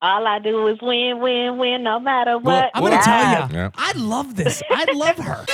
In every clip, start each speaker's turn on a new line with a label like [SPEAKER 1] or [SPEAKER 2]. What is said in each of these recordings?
[SPEAKER 1] All I do is win, win, win, no matter what.
[SPEAKER 2] Well, I'm going to tell
[SPEAKER 1] Wow.
[SPEAKER 2] you,
[SPEAKER 3] Yeah.
[SPEAKER 2] I love this. I love her.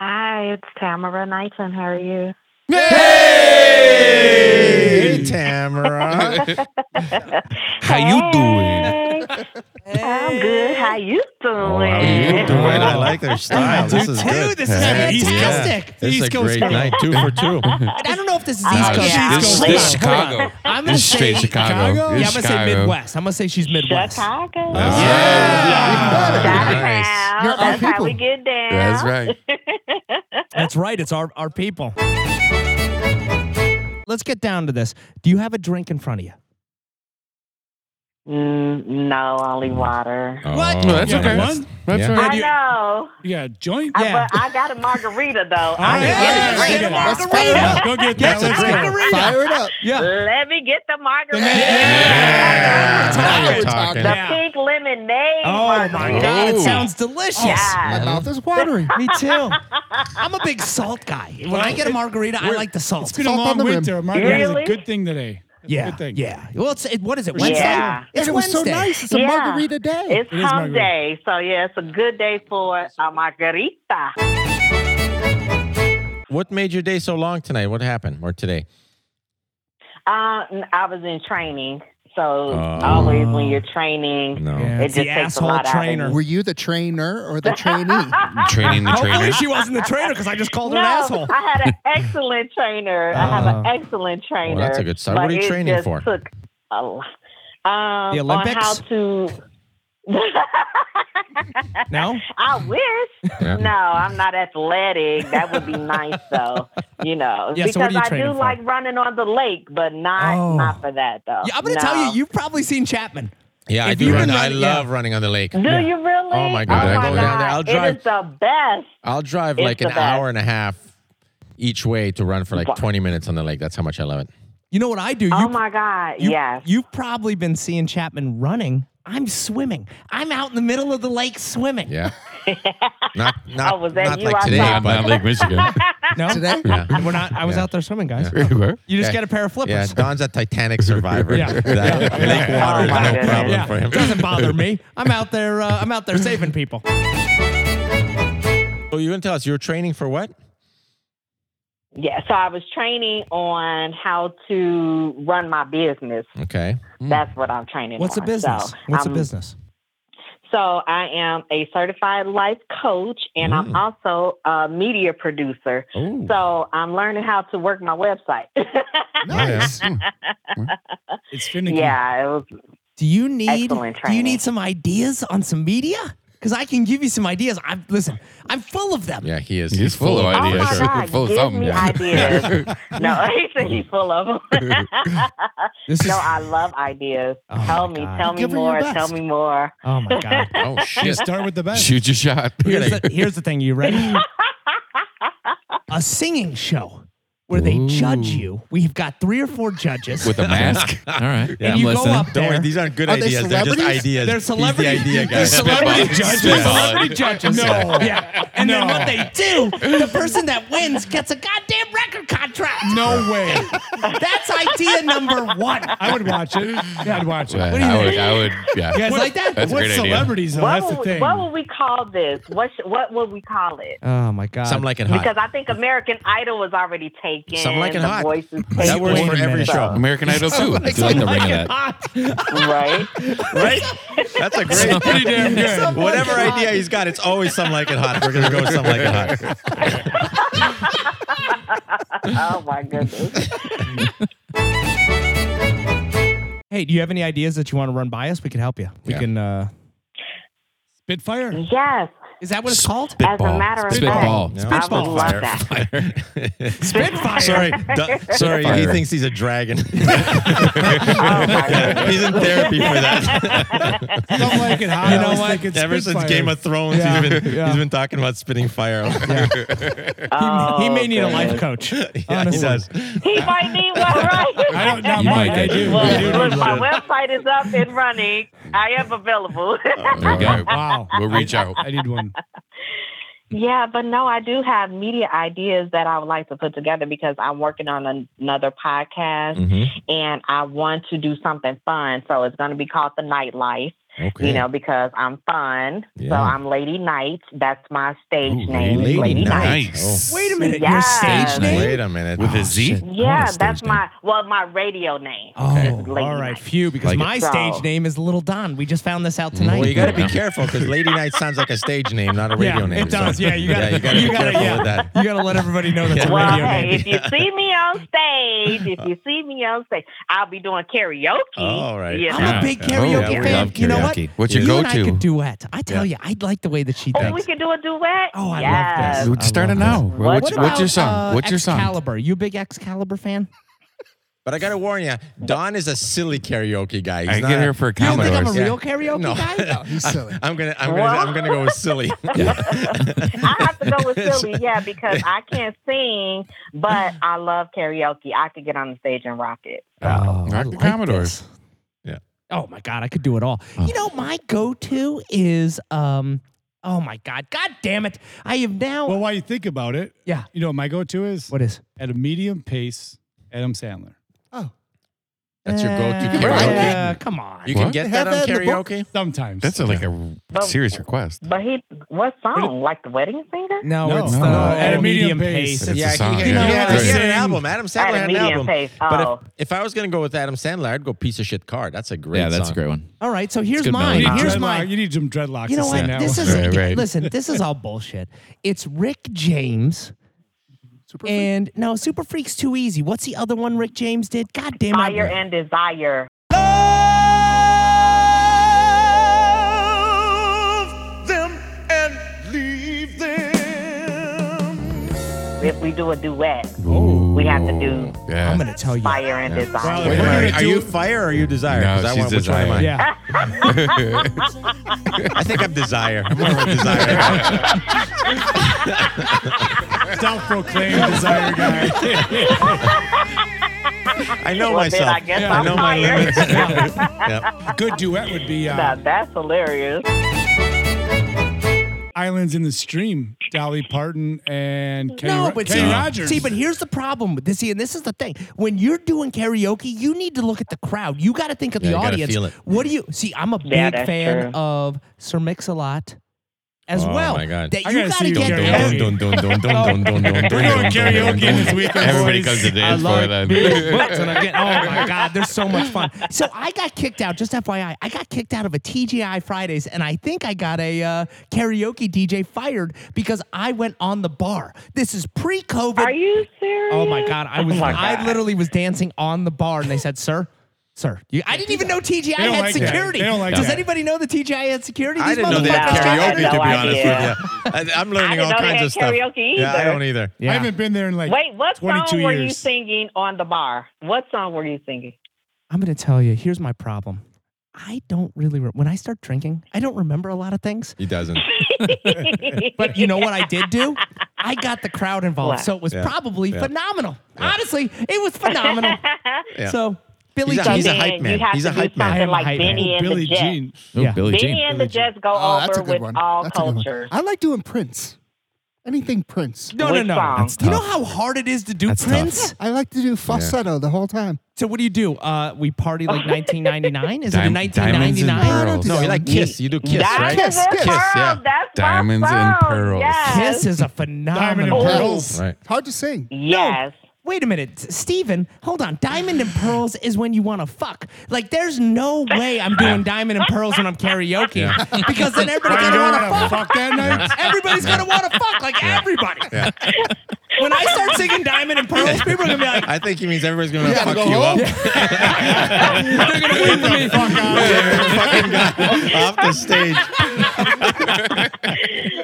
[SPEAKER 1] Hi, it's Tamara Knighton. How are you?
[SPEAKER 3] Hey,
[SPEAKER 4] Hey, Tamara.
[SPEAKER 3] How you doing?
[SPEAKER 1] Hey. I'm good. How you doing?
[SPEAKER 3] how you
[SPEAKER 4] All
[SPEAKER 3] doing?
[SPEAKER 4] right, I like their style. This
[SPEAKER 2] do
[SPEAKER 4] is
[SPEAKER 2] too.
[SPEAKER 4] good.
[SPEAKER 2] This is
[SPEAKER 4] Yeah.
[SPEAKER 2] fantastic.
[SPEAKER 4] This is a
[SPEAKER 3] East Coast
[SPEAKER 4] great
[SPEAKER 3] guy.
[SPEAKER 4] night.
[SPEAKER 3] Two for two.
[SPEAKER 2] I don't know if this is East
[SPEAKER 3] Nah,
[SPEAKER 2] Coast.
[SPEAKER 3] this-
[SPEAKER 1] yeah.
[SPEAKER 2] East
[SPEAKER 3] this,
[SPEAKER 2] Coast.
[SPEAKER 3] this
[SPEAKER 2] West.
[SPEAKER 3] Chicago.
[SPEAKER 2] I'm going to
[SPEAKER 3] This is
[SPEAKER 2] say
[SPEAKER 3] straight Chicago.
[SPEAKER 2] Yeah, I'm
[SPEAKER 3] This
[SPEAKER 2] going
[SPEAKER 3] is
[SPEAKER 2] to say
[SPEAKER 3] Chicago.
[SPEAKER 2] Midwest. I'm going to say she's Midwest.
[SPEAKER 1] Chicago.
[SPEAKER 3] That's
[SPEAKER 4] Yeah.
[SPEAKER 3] right.
[SPEAKER 1] Downtown.
[SPEAKER 3] Nice.
[SPEAKER 2] You're our
[SPEAKER 1] That's how
[SPEAKER 2] people.
[SPEAKER 1] we get down.
[SPEAKER 3] That's right.
[SPEAKER 2] That's right. It's our, our people. Let's get down to this. Do you have a drink in front of you?
[SPEAKER 1] Mm, no, only water.
[SPEAKER 3] Oh,
[SPEAKER 2] What?
[SPEAKER 5] No, that's
[SPEAKER 2] Yeah,
[SPEAKER 5] okay.
[SPEAKER 2] what?
[SPEAKER 5] That's, that's
[SPEAKER 3] Yeah.
[SPEAKER 5] all
[SPEAKER 1] I
[SPEAKER 5] right. You,
[SPEAKER 1] know.
[SPEAKER 5] you got a joint?
[SPEAKER 1] I-
[SPEAKER 2] Yeah.
[SPEAKER 1] but I got a margarita though. I can
[SPEAKER 2] right. Yeah,
[SPEAKER 1] get a
[SPEAKER 2] yeah,
[SPEAKER 1] drink
[SPEAKER 2] yeah.
[SPEAKER 1] margarita.
[SPEAKER 5] Go get that.
[SPEAKER 2] That's
[SPEAKER 5] Let's
[SPEAKER 2] right.
[SPEAKER 5] go.
[SPEAKER 2] Margarita.
[SPEAKER 4] Fire it up.
[SPEAKER 2] Yeah.
[SPEAKER 1] Let me get the margarita.
[SPEAKER 4] Yeah.
[SPEAKER 2] Now
[SPEAKER 4] we're talking.
[SPEAKER 1] The
[SPEAKER 2] Yeah.
[SPEAKER 1] pink lemonade.
[SPEAKER 2] Oh, my
[SPEAKER 1] margarita.
[SPEAKER 2] God. It
[SPEAKER 3] Oh.
[SPEAKER 2] sounds delicious.
[SPEAKER 1] Yeah.
[SPEAKER 4] My mouth is watering.
[SPEAKER 2] Me too. I'm a big salt guy. When I get a margarita, I like the salt.
[SPEAKER 5] It's been a
[SPEAKER 4] Salt on
[SPEAKER 5] long
[SPEAKER 4] the rim.
[SPEAKER 5] winter. Margarita's
[SPEAKER 1] Really?
[SPEAKER 5] a good thing today. It's a
[SPEAKER 2] yeah.
[SPEAKER 5] good thing.
[SPEAKER 2] Yeah. Well, it's it, what is it?
[SPEAKER 5] Yeah.
[SPEAKER 2] Wednesday.
[SPEAKER 1] Yeah.
[SPEAKER 2] It's
[SPEAKER 4] it was
[SPEAKER 2] Wednesday.
[SPEAKER 4] so nice. It's a
[SPEAKER 1] Yeah.
[SPEAKER 4] margarita day.
[SPEAKER 1] It's
[SPEAKER 5] It is
[SPEAKER 1] hump
[SPEAKER 5] margarita.
[SPEAKER 1] day. So, yeah, it's a good day for a margarita.
[SPEAKER 3] What made your day so long tonight? What happened? Or today?
[SPEAKER 1] Uh, I was in training. So,
[SPEAKER 3] Oh.
[SPEAKER 1] always when you're training,
[SPEAKER 3] No.
[SPEAKER 2] Yeah,
[SPEAKER 1] It
[SPEAKER 2] it's
[SPEAKER 1] just
[SPEAKER 2] the
[SPEAKER 1] takes a
[SPEAKER 2] asshole
[SPEAKER 1] lot out of
[SPEAKER 2] trainer.
[SPEAKER 1] you.
[SPEAKER 4] Were you the trainer or the trainee?
[SPEAKER 3] Training the
[SPEAKER 2] Hopefully
[SPEAKER 3] trainer.
[SPEAKER 2] she wasn't the trainer because I just called her
[SPEAKER 1] no,
[SPEAKER 2] an asshole.
[SPEAKER 1] I had an excellent trainer. I have an
[SPEAKER 2] Oh.
[SPEAKER 1] excellent trainer.
[SPEAKER 3] that's a good sign.
[SPEAKER 1] but
[SPEAKER 3] What are you
[SPEAKER 1] it
[SPEAKER 3] training
[SPEAKER 1] just
[SPEAKER 3] for?
[SPEAKER 1] Took a lot. Um,
[SPEAKER 2] The
[SPEAKER 1] On how
[SPEAKER 2] Olympics?
[SPEAKER 1] to.
[SPEAKER 2] No?
[SPEAKER 1] I wish.
[SPEAKER 3] Yeah.
[SPEAKER 1] No, I'm not athletic. That would be nice, though. You know,
[SPEAKER 2] Yeah,
[SPEAKER 1] because
[SPEAKER 2] so what are you
[SPEAKER 1] I do
[SPEAKER 2] training for?
[SPEAKER 1] like running on the lake, but not
[SPEAKER 2] Oh.
[SPEAKER 1] not for that though.
[SPEAKER 2] Yeah, I'm going to
[SPEAKER 1] No.
[SPEAKER 2] tell you, you've probably seen Chapman.
[SPEAKER 3] Yeah, I
[SPEAKER 2] If
[SPEAKER 3] do.
[SPEAKER 2] you've
[SPEAKER 3] Run,
[SPEAKER 2] been
[SPEAKER 3] I
[SPEAKER 2] running-
[SPEAKER 3] love
[SPEAKER 2] yeah.
[SPEAKER 3] running on the lake.
[SPEAKER 1] Do you really?
[SPEAKER 3] Oh, my God.
[SPEAKER 1] Oh
[SPEAKER 3] I
[SPEAKER 1] my
[SPEAKER 3] go down there. I'll
[SPEAKER 1] God.
[SPEAKER 3] drive-
[SPEAKER 1] It is the best.
[SPEAKER 3] I'll drive
[SPEAKER 1] It's
[SPEAKER 3] like
[SPEAKER 1] the
[SPEAKER 3] an
[SPEAKER 1] best.
[SPEAKER 3] hour and a half each way to run for like
[SPEAKER 1] Wow.
[SPEAKER 3] 20 minutes on the lake. That's how much I love it.
[SPEAKER 2] You know what I do? You,
[SPEAKER 1] oh my God.
[SPEAKER 2] you,
[SPEAKER 1] yes.
[SPEAKER 2] You've probably been seeing Chapman running. I'm swimming. I'm out in the middle of the lake swimming.
[SPEAKER 3] Yeah. not not,
[SPEAKER 1] Oh, was that
[SPEAKER 3] not
[SPEAKER 1] you
[SPEAKER 3] like
[SPEAKER 1] I
[SPEAKER 3] today,
[SPEAKER 1] saw?
[SPEAKER 3] but
[SPEAKER 5] Lake Michigan.
[SPEAKER 2] No?
[SPEAKER 4] Today?
[SPEAKER 3] yeah.
[SPEAKER 2] We're not. I was
[SPEAKER 3] Yeah.
[SPEAKER 2] out there swimming, guys. You just
[SPEAKER 3] Yeah.
[SPEAKER 2] get a pair of
[SPEAKER 3] Yeah,
[SPEAKER 2] flippers.
[SPEAKER 3] Don's a Titanic survivor.
[SPEAKER 2] Yeah.
[SPEAKER 3] That-
[SPEAKER 2] Yeah.
[SPEAKER 3] Lake
[SPEAKER 2] Yeah.
[SPEAKER 3] water is
[SPEAKER 1] Oh, my
[SPEAKER 3] no problem
[SPEAKER 1] goodness.
[SPEAKER 3] for him.
[SPEAKER 2] Doesn't bother me. I'm out there. Uh, I'm out there saving people.
[SPEAKER 3] So you going to tell us you were training for what?
[SPEAKER 1] Yeah, so I was training on how to run my business.
[SPEAKER 3] Okay.
[SPEAKER 1] That's what I'm training
[SPEAKER 2] Mm. What's a
[SPEAKER 1] on.
[SPEAKER 2] business?
[SPEAKER 1] So um,
[SPEAKER 2] What's a
[SPEAKER 1] I'm-
[SPEAKER 2] business?
[SPEAKER 1] So I am a certified life coach and I'm also a media producer.
[SPEAKER 3] Oh.
[SPEAKER 1] So I'm learning how to work my website.
[SPEAKER 4] Nice.
[SPEAKER 5] It's finicky.
[SPEAKER 1] yeah, it was
[SPEAKER 2] Do you need?
[SPEAKER 1] Excellent
[SPEAKER 2] Do you
[SPEAKER 1] training.
[SPEAKER 2] need some ideas on some media? Because I can give you some ideas. I'm listen. I'm full of them.
[SPEAKER 3] Yeah, he is.
[SPEAKER 4] He's full of
[SPEAKER 1] Oh
[SPEAKER 4] ideas.
[SPEAKER 1] my
[SPEAKER 4] Sure.
[SPEAKER 1] God,
[SPEAKER 4] Full of
[SPEAKER 1] give
[SPEAKER 4] something,
[SPEAKER 1] me
[SPEAKER 4] yeah.
[SPEAKER 1] ideas. no, he said he's full of them.
[SPEAKER 2] This is.
[SPEAKER 1] no, I love ideas.
[SPEAKER 2] Oh, my
[SPEAKER 1] tell me,
[SPEAKER 2] God.
[SPEAKER 1] tell me
[SPEAKER 4] Give her your
[SPEAKER 1] more,
[SPEAKER 4] best.
[SPEAKER 1] tell me more.
[SPEAKER 2] oh my god.
[SPEAKER 3] Oh,
[SPEAKER 5] You
[SPEAKER 3] shit.
[SPEAKER 5] start with the best.
[SPEAKER 4] Shoot your shot.
[SPEAKER 2] Here's the, here's the thing. You ready? a singing show where they judge you. We've got three or four judges.
[SPEAKER 6] with a mask. All right.
[SPEAKER 2] and you go up
[SPEAKER 3] Don't
[SPEAKER 2] there.
[SPEAKER 3] worry, these aren't good
[SPEAKER 4] Are they
[SPEAKER 3] ideas. They're just
[SPEAKER 4] celebrities?
[SPEAKER 3] ideas.
[SPEAKER 2] They're celebrity-
[SPEAKER 3] He's the idea guy.
[SPEAKER 2] they're celebrity
[SPEAKER 6] Spitball.
[SPEAKER 2] judges.
[SPEAKER 6] Spitball.
[SPEAKER 2] Celebrity judges.
[SPEAKER 5] No.
[SPEAKER 2] Yeah. And then
[SPEAKER 5] No.
[SPEAKER 2] what they do, the person that wins gets a goddamn record contract.
[SPEAKER 5] No way.
[SPEAKER 2] That's idea number one.
[SPEAKER 5] I would watch it. Yeah, I'd watch it.
[SPEAKER 6] Yeah,
[SPEAKER 5] What do you
[SPEAKER 6] I
[SPEAKER 5] think?
[SPEAKER 6] would, I would, yeah.
[SPEAKER 2] You guys like that?
[SPEAKER 6] That's a
[SPEAKER 5] What
[SPEAKER 6] great idea.
[SPEAKER 5] celebrities, though?
[SPEAKER 1] what,
[SPEAKER 5] That's the
[SPEAKER 1] would,
[SPEAKER 5] thing.
[SPEAKER 1] what would we call this? What sh- what would we call it?
[SPEAKER 2] Oh my god.
[SPEAKER 3] Some like it hot.
[SPEAKER 1] Because I think American Idol was already taken.
[SPEAKER 3] Some like it
[SPEAKER 1] the
[SPEAKER 3] hot.
[SPEAKER 1] Voice is taken.
[SPEAKER 3] that works for every
[SPEAKER 5] minute.
[SPEAKER 3] show.
[SPEAKER 6] American Idol too. I do like the ring of that.
[SPEAKER 1] right?
[SPEAKER 3] Right? That's a great.
[SPEAKER 5] Pretty damn good.
[SPEAKER 3] Whatever idea he's got, it's always some like it hot. We're gonna go with some like it hot.
[SPEAKER 1] Oh my goodness.
[SPEAKER 2] Hey, do you have any ideas that you want to run by us? We can help you. We
[SPEAKER 3] Yeah.
[SPEAKER 2] can. uh
[SPEAKER 5] Spitfire.
[SPEAKER 1] Yes.
[SPEAKER 2] Is that what it's called?
[SPEAKER 1] As a matter of
[SPEAKER 6] Spitball.
[SPEAKER 1] fact,
[SPEAKER 3] No.
[SPEAKER 1] I would
[SPEAKER 2] Spitball.
[SPEAKER 1] love that.
[SPEAKER 2] Spitfire.
[SPEAKER 3] Sorry, du- sorry. He
[SPEAKER 6] Fire.
[SPEAKER 3] thinks he's a dragon.
[SPEAKER 1] Oh my goodness.
[SPEAKER 3] he's in therapy for that.
[SPEAKER 5] Don't like it hot.
[SPEAKER 2] You know
[SPEAKER 5] I was
[SPEAKER 2] what?
[SPEAKER 5] thinking
[SPEAKER 3] Ever since
[SPEAKER 5] Spitfire.
[SPEAKER 3] Game of Thrones,
[SPEAKER 2] Yeah,
[SPEAKER 3] he's, been,
[SPEAKER 2] yeah.
[SPEAKER 3] he's been talking about spitting fire.
[SPEAKER 1] Oh,
[SPEAKER 2] he, he may need a life
[SPEAKER 1] goodness.
[SPEAKER 2] coach.
[SPEAKER 3] yeah, he
[SPEAKER 2] Honestly.
[SPEAKER 3] does.
[SPEAKER 1] He might need one, right?
[SPEAKER 5] I don't, not Mike. I do.
[SPEAKER 1] Well,
[SPEAKER 5] I do
[SPEAKER 1] look,
[SPEAKER 5] need
[SPEAKER 1] my
[SPEAKER 5] one.
[SPEAKER 1] website is up and running. I am available.
[SPEAKER 6] There we go.
[SPEAKER 5] Wow.
[SPEAKER 6] We'll reach out.
[SPEAKER 5] I need one.
[SPEAKER 1] Yeah, but no, I do have media ideas that I would like to put together because I'm working on an- another podcast
[SPEAKER 6] Mm-hmm.
[SPEAKER 1] and I want to do something fun. So it's going to be called The Nightlife,
[SPEAKER 6] Okay.
[SPEAKER 1] you know, because I'm fun. So
[SPEAKER 6] Yeah.
[SPEAKER 1] I'm Lady Night. That's my stage
[SPEAKER 6] Ooh,
[SPEAKER 1] name,
[SPEAKER 6] Lady
[SPEAKER 1] Lady, Night.
[SPEAKER 6] Nice.
[SPEAKER 2] Wait a minute. Your
[SPEAKER 1] Yes.
[SPEAKER 6] um,
[SPEAKER 2] stage name?
[SPEAKER 3] Wait a minute.
[SPEAKER 6] With a
[SPEAKER 3] Oh,
[SPEAKER 6] Z?
[SPEAKER 3] shit.
[SPEAKER 6] What
[SPEAKER 1] Yeah,
[SPEAKER 6] a stage
[SPEAKER 1] that's
[SPEAKER 6] name.
[SPEAKER 1] my well, my radio name.
[SPEAKER 2] Oh,
[SPEAKER 1] It's Lady
[SPEAKER 2] all right.
[SPEAKER 1] Night.
[SPEAKER 2] Phew, because
[SPEAKER 6] Like it.
[SPEAKER 2] my
[SPEAKER 1] So-
[SPEAKER 2] stage name is Little Don. We just found this out tonight.
[SPEAKER 3] Well, you got to be
[SPEAKER 6] Yeah.
[SPEAKER 3] careful because Lady Night sounds like a stage name, not a radio
[SPEAKER 2] yeah,
[SPEAKER 3] name.
[SPEAKER 2] It does.
[SPEAKER 3] so-
[SPEAKER 2] Yeah, you got
[SPEAKER 3] you
[SPEAKER 2] to.
[SPEAKER 3] gotta
[SPEAKER 2] you
[SPEAKER 3] be
[SPEAKER 2] got to.
[SPEAKER 3] careful with
[SPEAKER 2] Yeah,
[SPEAKER 3] that.
[SPEAKER 2] you got to let everybody know that's a
[SPEAKER 1] Well,
[SPEAKER 2] radio
[SPEAKER 1] hey,
[SPEAKER 2] name.
[SPEAKER 1] if you see me on stage, if you see me on stage, I'll be doing karaoke.
[SPEAKER 3] All right.
[SPEAKER 1] You
[SPEAKER 2] I'm
[SPEAKER 1] know?
[SPEAKER 2] a big
[SPEAKER 3] Oh,
[SPEAKER 2] karaoke
[SPEAKER 3] yeah, we
[SPEAKER 2] fan.
[SPEAKER 6] love
[SPEAKER 2] You know what?
[SPEAKER 6] karaoke. What's
[SPEAKER 2] you
[SPEAKER 6] your
[SPEAKER 2] and I
[SPEAKER 6] go-to?
[SPEAKER 2] could duet. I tell you, I like the way that she
[SPEAKER 1] Oh, we
[SPEAKER 2] thinks.
[SPEAKER 1] can do a duet.
[SPEAKER 2] Oh, I
[SPEAKER 1] yes.
[SPEAKER 2] love this.
[SPEAKER 6] Dude,
[SPEAKER 2] I
[SPEAKER 6] start
[SPEAKER 2] love
[SPEAKER 6] it now.
[SPEAKER 2] this.
[SPEAKER 1] What
[SPEAKER 6] what's,
[SPEAKER 1] about,
[SPEAKER 6] what's your song?
[SPEAKER 2] uh,
[SPEAKER 6] what's your song?
[SPEAKER 2] Excalibur. You a big Excalibur fan?
[SPEAKER 3] But I got to warn you, Don is a silly karaoke guy. He's
[SPEAKER 6] I
[SPEAKER 3] not
[SPEAKER 6] get here for
[SPEAKER 2] You don't think I'm
[SPEAKER 6] Commodores.
[SPEAKER 2] a
[SPEAKER 3] Yeah.
[SPEAKER 2] real karaoke
[SPEAKER 3] No.
[SPEAKER 2] guy?
[SPEAKER 4] Oh, He's silly.
[SPEAKER 3] I'm gonna, I'm gonna, I'm gonna go with silly.
[SPEAKER 1] I have to go with silly, yeah, because I can't sing, but I love karaoke. I could get on the stage and rock it.
[SPEAKER 2] Oh,
[SPEAKER 6] Not the Commodores.
[SPEAKER 2] this.
[SPEAKER 3] Yeah.
[SPEAKER 2] Oh my god, I could do it all. You know, my go-to is um. Oh my god, god damn it! I have now.
[SPEAKER 5] Well, while you think about it,
[SPEAKER 2] yeah.
[SPEAKER 5] you know, my go-to is
[SPEAKER 2] What is?
[SPEAKER 5] at a medium pace, Adam Sandler.
[SPEAKER 4] Oh,
[SPEAKER 3] That's your go-to
[SPEAKER 2] Uh,
[SPEAKER 3] karaoke.
[SPEAKER 2] yeah, come on.
[SPEAKER 3] You can
[SPEAKER 6] What?
[SPEAKER 3] get
[SPEAKER 4] They
[SPEAKER 3] that
[SPEAKER 4] have
[SPEAKER 3] on
[SPEAKER 4] that in the book?
[SPEAKER 3] karaoke.
[SPEAKER 5] Sometimes.
[SPEAKER 6] That's a, like a
[SPEAKER 1] But-
[SPEAKER 6] serious request.
[SPEAKER 1] But he, what song? Like the wedding singer?
[SPEAKER 2] no,
[SPEAKER 5] No,
[SPEAKER 2] it's
[SPEAKER 6] no,
[SPEAKER 2] the
[SPEAKER 6] no.
[SPEAKER 2] at a medium pace.
[SPEAKER 6] It's
[SPEAKER 3] yeah,
[SPEAKER 6] a song,
[SPEAKER 3] he, he,
[SPEAKER 6] yeah.
[SPEAKER 3] he had, he had
[SPEAKER 5] Right.
[SPEAKER 3] an album. Adam Sandler
[SPEAKER 1] At a
[SPEAKER 3] had an
[SPEAKER 1] medium
[SPEAKER 3] album.
[SPEAKER 1] pace. Oh,
[SPEAKER 3] But if, if I was gonna go with Adam Sandler, I'd go "Piece of Shit Car." That's a great.
[SPEAKER 6] Yeah, that's
[SPEAKER 3] song.
[SPEAKER 6] a great one.
[SPEAKER 2] All right, so here's
[SPEAKER 6] good
[SPEAKER 2] mine.
[SPEAKER 5] You need,
[SPEAKER 6] melody.
[SPEAKER 2] Here's
[SPEAKER 5] dreadlock-
[SPEAKER 2] mine.
[SPEAKER 5] you need some dreadlocks.
[SPEAKER 2] You know
[SPEAKER 5] to sing
[SPEAKER 2] what?
[SPEAKER 5] that
[SPEAKER 2] This
[SPEAKER 5] one.
[SPEAKER 2] is
[SPEAKER 6] Right, right.
[SPEAKER 2] listen. This is all bullshit. It's Rick James.
[SPEAKER 4] Super Freak.
[SPEAKER 2] and no, Super Freak's too easy. What's the other one Rick James did? God damn it!
[SPEAKER 1] Fire and Desire. If we do a duet, we have to do
[SPEAKER 6] Yeah.
[SPEAKER 2] I'm gonna tell you.
[SPEAKER 1] Fire and
[SPEAKER 6] Yeah.
[SPEAKER 1] Desire.
[SPEAKER 3] Wait a
[SPEAKER 5] We're gonna
[SPEAKER 3] minute, are
[SPEAKER 5] do-
[SPEAKER 3] you fire or are you desire?
[SPEAKER 6] No,
[SPEAKER 3] 'Cause I
[SPEAKER 6] she's
[SPEAKER 3] want which one am I?
[SPEAKER 6] Desire.
[SPEAKER 5] Yeah.
[SPEAKER 3] I think I'm desire. I'm more of a desire.
[SPEAKER 5] Self-proclaimed desire guy.
[SPEAKER 3] I know
[SPEAKER 1] Well, then
[SPEAKER 3] myself.
[SPEAKER 1] I guess
[SPEAKER 5] Yeah.
[SPEAKER 1] I'm
[SPEAKER 3] know my
[SPEAKER 1] fired.
[SPEAKER 3] limits. Yep.
[SPEAKER 5] Good duet would be
[SPEAKER 1] Now,
[SPEAKER 5] uh,
[SPEAKER 1] that's hilarious.
[SPEAKER 5] Islands in the Stream, Dolly Parton and Kenny,
[SPEAKER 2] no,
[SPEAKER 5] Ro-
[SPEAKER 2] but
[SPEAKER 5] Kenny
[SPEAKER 2] see,
[SPEAKER 5] Rogers.
[SPEAKER 2] see, but here's the problem with this. See, and this is the thing. When you're doing karaoke, you need to look at the crowd. You got to think of
[SPEAKER 3] Yeah,
[SPEAKER 2] the
[SPEAKER 3] you gotta
[SPEAKER 2] audience.
[SPEAKER 3] feel it.
[SPEAKER 2] What do you see? I'm a big
[SPEAKER 1] Yeah, that's
[SPEAKER 2] fan
[SPEAKER 1] true.
[SPEAKER 2] of Sir Mix-a-Lot as
[SPEAKER 3] Oh,
[SPEAKER 2] well.
[SPEAKER 3] my God.
[SPEAKER 2] That
[SPEAKER 5] I
[SPEAKER 2] you
[SPEAKER 5] gotta
[SPEAKER 2] got
[SPEAKER 5] see
[SPEAKER 2] to
[SPEAKER 5] you
[SPEAKER 2] get.
[SPEAKER 5] karaoke.
[SPEAKER 2] every-
[SPEAKER 5] Dun,
[SPEAKER 6] We're
[SPEAKER 5] doing karaoke this weekend,
[SPEAKER 6] Everybody
[SPEAKER 5] boys.
[SPEAKER 6] comes to dance
[SPEAKER 2] I
[SPEAKER 6] for
[SPEAKER 2] like
[SPEAKER 6] them.
[SPEAKER 2] big butts and I get- oh my god, they're so much fun. So I got kicked out. Just FYI, I got kicked out of a TGI Fridays, and I think I got a uh, karaoke DJ fired because I went on the bar. This is pre-COVID.
[SPEAKER 1] Are you serious?
[SPEAKER 2] Oh my god, I was
[SPEAKER 1] Oh my
[SPEAKER 2] I
[SPEAKER 1] God.
[SPEAKER 2] literally was dancing on the bar, and they said, "Sir." Sir, you, I didn't even know TGI
[SPEAKER 5] They don't
[SPEAKER 2] had
[SPEAKER 5] like that.
[SPEAKER 2] security.
[SPEAKER 5] They don't like
[SPEAKER 2] Does
[SPEAKER 5] that.
[SPEAKER 2] anybody know the TGI had security?
[SPEAKER 3] I
[SPEAKER 2] These
[SPEAKER 3] didn't know they had
[SPEAKER 1] motherfuckers
[SPEAKER 3] karaoke,
[SPEAKER 1] don't
[SPEAKER 3] to be
[SPEAKER 1] have no
[SPEAKER 3] honest
[SPEAKER 1] idea.
[SPEAKER 3] with you. I, I'm learning
[SPEAKER 1] I didn't
[SPEAKER 3] all
[SPEAKER 1] know they
[SPEAKER 3] kinds
[SPEAKER 1] had
[SPEAKER 3] of stuff.
[SPEAKER 1] karaoke
[SPEAKER 3] Yeah, I
[SPEAKER 1] either.
[SPEAKER 3] don't either.
[SPEAKER 2] Yeah.
[SPEAKER 5] I haven't been there in like
[SPEAKER 1] Wait, what
[SPEAKER 5] 22
[SPEAKER 1] song
[SPEAKER 5] years.
[SPEAKER 1] were you singing on the bar? What song were you singing?
[SPEAKER 2] I'm going to tell you, here's my problem. I don't really, re- when I start drinking, I don't remember a lot of things.
[SPEAKER 3] He doesn't.
[SPEAKER 2] But you know what I did do? I got the crowd involved.
[SPEAKER 1] What?
[SPEAKER 2] So it was
[SPEAKER 3] Yeah.
[SPEAKER 2] probably
[SPEAKER 3] Yeah.
[SPEAKER 2] phenomenal. Honestly, it was phenomenal.
[SPEAKER 3] Yeah.
[SPEAKER 2] So Billy
[SPEAKER 3] He's a- he's a
[SPEAKER 2] Jean.
[SPEAKER 1] Then
[SPEAKER 3] hype man.
[SPEAKER 1] You have
[SPEAKER 3] He's
[SPEAKER 1] to
[SPEAKER 3] a
[SPEAKER 1] do
[SPEAKER 3] hype man.
[SPEAKER 2] I am
[SPEAKER 1] something
[SPEAKER 2] a
[SPEAKER 1] like
[SPEAKER 2] hype man.
[SPEAKER 1] Benny and the
[SPEAKER 5] Billy
[SPEAKER 1] Jets.
[SPEAKER 5] Jean.
[SPEAKER 6] Oh,
[SPEAKER 2] Yeah.
[SPEAKER 6] Billy
[SPEAKER 1] Benny
[SPEAKER 6] Jean.
[SPEAKER 1] and the Jets go
[SPEAKER 4] Oh, that's
[SPEAKER 1] over
[SPEAKER 4] a
[SPEAKER 1] with
[SPEAKER 4] good one.
[SPEAKER 1] all
[SPEAKER 4] That's a good one.
[SPEAKER 1] cultures.
[SPEAKER 4] I like doing Prince. Anything Prince.
[SPEAKER 2] No, no,
[SPEAKER 1] Which
[SPEAKER 2] no.
[SPEAKER 1] song?
[SPEAKER 6] That's
[SPEAKER 2] You know
[SPEAKER 6] tough.
[SPEAKER 2] how hard it is to do
[SPEAKER 6] That's tough.
[SPEAKER 2] Prince?
[SPEAKER 4] I like to do falsetto the whole time.
[SPEAKER 2] So what do you do? Uh, we party like 1999? Is it a
[SPEAKER 6] Dim- diamonds and
[SPEAKER 2] 1999?
[SPEAKER 6] pearls.
[SPEAKER 3] No, you like Kiss. You do Kiss, right?
[SPEAKER 1] Diamonds and
[SPEAKER 4] Kiss,
[SPEAKER 1] pearls.
[SPEAKER 3] yeah.
[SPEAKER 1] That's my
[SPEAKER 6] Diamonds and
[SPEAKER 1] song.
[SPEAKER 6] pearls.
[SPEAKER 1] Yes.
[SPEAKER 2] Kiss is a
[SPEAKER 5] Diamond and
[SPEAKER 2] phenomenal.
[SPEAKER 5] Pearls.
[SPEAKER 3] Right.
[SPEAKER 4] It's hard to sing.
[SPEAKER 1] Yes.
[SPEAKER 2] Wait a minute, S- Steven, hold on. Diamond and pearls is when you want to fuck. Like, there's no way I'm doing diamond and pearls when I'm karaoke because then everybody's
[SPEAKER 5] Are you
[SPEAKER 2] gonna
[SPEAKER 5] going
[SPEAKER 2] want to
[SPEAKER 5] to
[SPEAKER 2] fuck.
[SPEAKER 5] fuck that night?
[SPEAKER 2] Everybody's gonna want to fuck, like everybody. When I start singing diamond and pearls, people are gonna be like,
[SPEAKER 3] I think he means everybody's gonna
[SPEAKER 4] gotta
[SPEAKER 3] fuck
[SPEAKER 4] go
[SPEAKER 3] you
[SPEAKER 4] home?
[SPEAKER 3] up.
[SPEAKER 2] they're gonna wait for me.
[SPEAKER 5] Fuck out of here.
[SPEAKER 3] fucking guy off the stage.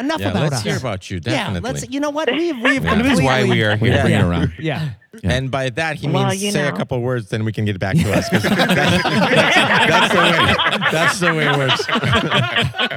[SPEAKER 2] Enough
[SPEAKER 3] Yeah,
[SPEAKER 2] about
[SPEAKER 3] let's
[SPEAKER 2] us.
[SPEAKER 3] hear about you.
[SPEAKER 2] yeah,
[SPEAKER 3] Definitely.
[SPEAKER 2] let's. You know what? We have. We have.
[SPEAKER 6] Yeah, this is why we are here.
[SPEAKER 3] Yeah.
[SPEAKER 6] Bring it around.
[SPEAKER 2] Yeah.
[SPEAKER 3] And by that, he
[SPEAKER 1] Well,
[SPEAKER 3] means
[SPEAKER 1] you
[SPEAKER 3] say a
[SPEAKER 1] know.
[SPEAKER 3] couple words, then we can get back to us. 'cause that's, that's the way. That's the way it works.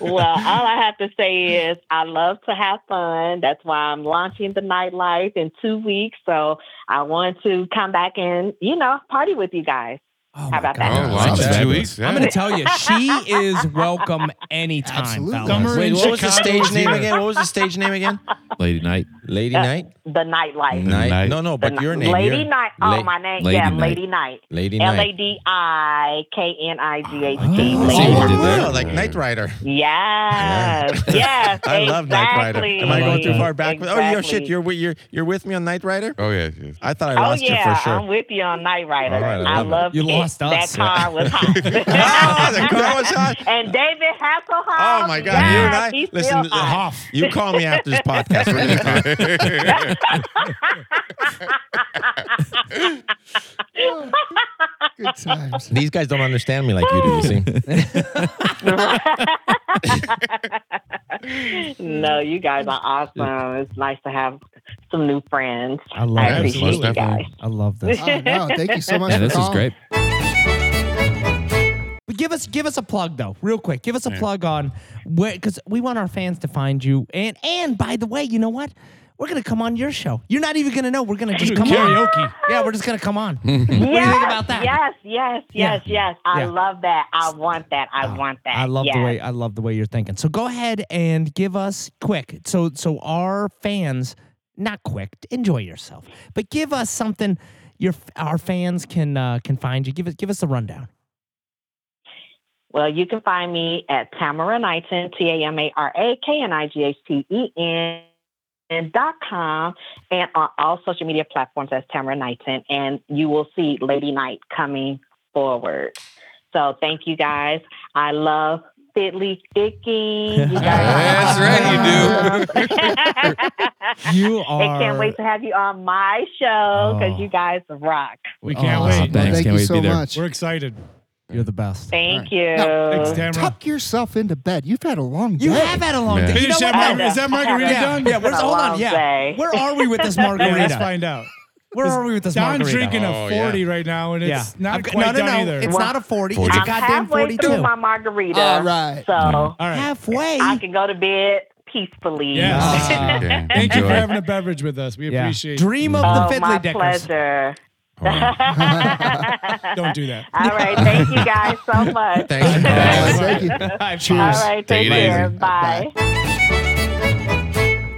[SPEAKER 1] well, all I have to say is I love to have fun. That's why I'm launching the nightlife in two weeks. So I want to come back and, you know, party with you guys.
[SPEAKER 2] Oh,
[SPEAKER 1] How
[SPEAKER 2] my
[SPEAKER 1] about
[SPEAKER 2] God.
[SPEAKER 1] that?
[SPEAKER 6] Oh, wow.
[SPEAKER 3] That's
[SPEAKER 6] Two
[SPEAKER 3] fabulous.
[SPEAKER 6] weeks. Yeah.
[SPEAKER 2] I'm going to tell you, she is welcome anytime.
[SPEAKER 4] Absolutely.
[SPEAKER 2] fellas.
[SPEAKER 5] Summer
[SPEAKER 3] Wait,
[SPEAKER 5] in
[SPEAKER 3] what was the
[SPEAKER 5] Chicago
[SPEAKER 3] stage name
[SPEAKER 5] here.
[SPEAKER 3] again? What was the stage name again?
[SPEAKER 6] Lady Night.
[SPEAKER 3] Lady
[SPEAKER 1] Uh,
[SPEAKER 3] Night?
[SPEAKER 1] The nightlife.
[SPEAKER 6] Night.
[SPEAKER 3] No, no,
[SPEAKER 1] The
[SPEAKER 3] but
[SPEAKER 1] ni-
[SPEAKER 3] your name.
[SPEAKER 1] Lady
[SPEAKER 3] your-
[SPEAKER 1] Night. Oh,
[SPEAKER 3] La-
[SPEAKER 1] my name.
[SPEAKER 6] Lady
[SPEAKER 1] yeah,
[SPEAKER 6] Night.
[SPEAKER 1] Lady Night.
[SPEAKER 3] Lady
[SPEAKER 1] L
[SPEAKER 3] Night.
[SPEAKER 1] A D I K N I G H T.
[SPEAKER 2] Oh.
[SPEAKER 6] See what I
[SPEAKER 1] Lady
[SPEAKER 6] did
[SPEAKER 1] Night.
[SPEAKER 6] there?
[SPEAKER 3] Wow, like Knight Rider.
[SPEAKER 1] Yes. Yes.
[SPEAKER 3] I love Knight Rider.
[SPEAKER 1] exactly.
[SPEAKER 3] Am I going too far back? with- Oh, yo,
[SPEAKER 1] Exactly.
[SPEAKER 3] shit, you're wi- you're you're with me on Knight Rider?
[SPEAKER 6] Oh yeah. yeah.
[SPEAKER 3] I thought I
[SPEAKER 1] Oh
[SPEAKER 3] lost
[SPEAKER 1] yeah,
[SPEAKER 3] you for
[SPEAKER 1] I'm
[SPEAKER 3] sure.
[SPEAKER 1] with you on Knight Rider.
[SPEAKER 6] All right, I
[SPEAKER 1] I
[SPEAKER 6] love it.
[SPEAKER 1] love
[SPEAKER 2] You
[SPEAKER 1] it.
[SPEAKER 2] lost us.
[SPEAKER 1] That car was
[SPEAKER 3] Ah,
[SPEAKER 1] hot.
[SPEAKER 3] the car was hot.
[SPEAKER 1] and David Hasselhoff.
[SPEAKER 3] Oh my God,
[SPEAKER 1] yes,
[SPEAKER 3] you and I
[SPEAKER 1] he's
[SPEAKER 3] listen.
[SPEAKER 1] still hot.
[SPEAKER 3] Hoff, you call me after this podcast. We're gonna talk.
[SPEAKER 4] Good times.
[SPEAKER 3] These guys don't understand me like you do. You see?
[SPEAKER 2] Uh-huh.
[SPEAKER 1] no, you guys are awesome. It's nice to have some new friends.
[SPEAKER 2] I love
[SPEAKER 1] I
[SPEAKER 2] it.
[SPEAKER 1] appreciate
[SPEAKER 6] Most
[SPEAKER 1] you guys.
[SPEAKER 6] definitely.
[SPEAKER 2] I love this.
[SPEAKER 4] Oh, no, thank you so much.
[SPEAKER 6] Yeah,
[SPEAKER 4] for
[SPEAKER 6] this is
[SPEAKER 4] calling.
[SPEAKER 6] great.
[SPEAKER 2] But give us give us a plug though, real quick. Give us a plug on where because we want our fans to find you. And and by the way, you know what? We're gonna come on your show. You're not even gonna know. We're gonna just
[SPEAKER 5] Dude,
[SPEAKER 2] come on.
[SPEAKER 5] karaoke.
[SPEAKER 2] Yeah, we're just gonna come on.
[SPEAKER 1] Yes,
[SPEAKER 2] about that?
[SPEAKER 1] Yes, yes,
[SPEAKER 2] Yeah.
[SPEAKER 1] yes, yes. I
[SPEAKER 2] Yeah.
[SPEAKER 1] love that. I want that.
[SPEAKER 3] Ah,
[SPEAKER 1] I want that.
[SPEAKER 2] I love
[SPEAKER 1] yes.
[SPEAKER 2] the way I love the way you're thinking. So go ahead and give us quick. So so our fans, not quick. Enjoy yourself, but give us something. Your our fans can uh, can find you. Give us give us a rundown.
[SPEAKER 1] Well, you can find me at Tamara Knighton, T A M A R A K N I G H T E N. dot com and on all social media platforms as Tamara Knighton, and you will see Lady Knight coming forward. So thank you guys. I love Fiddly Dicky. You guys
[SPEAKER 6] That's
[SPEAKER 1] you
[SPEAKER 6] right,
[SPEAKER 1] do.
[SPEAKER 2] You
[SPEAKER 1] I
[SPEAKER 2] are.
[SPEAKER 1] can't wait to have you on my show because
[SPEAKER 2] Oh.
[SPEAKER 1] you guys rock.
[SPEAKER 5] We can't
[SPEAKER 2] Oh,
[SPEAKER 4] Well,
[SPEAKER 5] wait.
[SPEAKER 6] Thanks,
[SPEAKER 4] thank
[SPEAKER 6] can't
[SPEAKER 4] you
[SPEAKER 6] wait to be
[SPEAKER 4] so
[SPEAKER 6] there.
[SPEAKER 4] much.
[SPEAKER 5] We're excited.
[SPEAKER 2] You're the best.
[SPEAKER 1] Thank
[SPEAKER 5] Thanks,
[SPEAKER 1] you.
[SPEAKER 5] Tamara.
[SPEAKER 4] Tuck yourself into bed. You've had a long day.
[SPEAKER 2] You have had a long
[SPEAKER 6] Yeah.
[SPEAKER 2] day. You
[SPEAKER 5] Finish
[SPEAKER 2] know
[SPEAKER 5] that
[SPEAKER 2] what?
[SPEAKER 5] mar- is that margarita
[SPEAKER 2] Yeah.
[SPEAKER 5] done?
[SPEAKER 2] Yeah, where's
[SPEAKER 1] been a
[SPEAKER 2] hold on?
[SPEAKER 1] long
[SPEAKER 2] Yeah,
[SPEAKER 1] day.
[SPEAKER 2] where are we with this
[SPEAKER 5] Yeah, let's
[SPEAKER 2] margarita?
[SPEAKER 5] find out.
[SPEAKER 2] Where are we with this
[SPEAKER 5] Don's
[SPEAKER 2] margarita?
[SPEAKER 5] drinking
[SPEAKER 6] Oh,
[SPEAKER 5] a
[SPEAKER 6] yeah.
[SPEAKER 5] 40 right now, and
[SPEAKER 2] yeah,
[SPEAKER 5] it's not
[SPEAKER 2] I'm-
[SPEAKER 5] quite
[SPEAKER 2] no, no,
[SPEAKER 5] done
[SPEAKER 2] no.
[SPEAKER 5] either.
[SPEAKER 2] It's
[SPEAKER 1] Well,
[SPEAKER 2] not a forty. It's a
[SPEAKER 1] I'm
[SPEAKER 2] goddamn
[SPEAKER 1] halfway
[SPEAKER 2] forty-two.
[SPEAKER 1] through my margarita.
[SPEAKER 4] All right.
[SPEAKER 1] So
[SPEAKER 5] All right.
[SPEAKER 2] Halfway.
[SPEAKER 1] I can go to bed peacefully.
[SPEAKER 5] Yes.
[SPEAKER 2] Ah.
[SPEAKER 6] Yeah.
[SPEAKER 5] Thank you for
[SPEAKER 6] Enjoy.
[SPEAKER 5] having a beverage with us. We
[SPEAKER 2] Yeah.
[SPEAKER 5] appreciate it.
[SPEAKER 2] Dream of
[SPEAKER 1] Oh,
[SPEAKER 2] the fiddly
[SPEAKER 1] my
[SPEAKER 2] dickers.
[SPEAKER 1] pleasure.
[SPEAKER 6] Hold on.
[SPEAKER 5] Don't do that.
[SPEAKER 1] All right. Thank you guys so much.
[SPEAKER 3] Thanks for
[SPEAKER 4] All right,
[SPEAKER 3] calling.
[SPEAKER 4] thank you.
[SPEAKER 2] High
[SPEAKER 1] All
[SPEAKER 2] five.
[SPEAKER 1] right.
[SPEAKER 6] Take
[SPEAKER 1] Take
[SPEAKER 6] it
[SPEAKER 1] care.
[SPEAKER 6] easy.
[SPEAKER 1] Bye.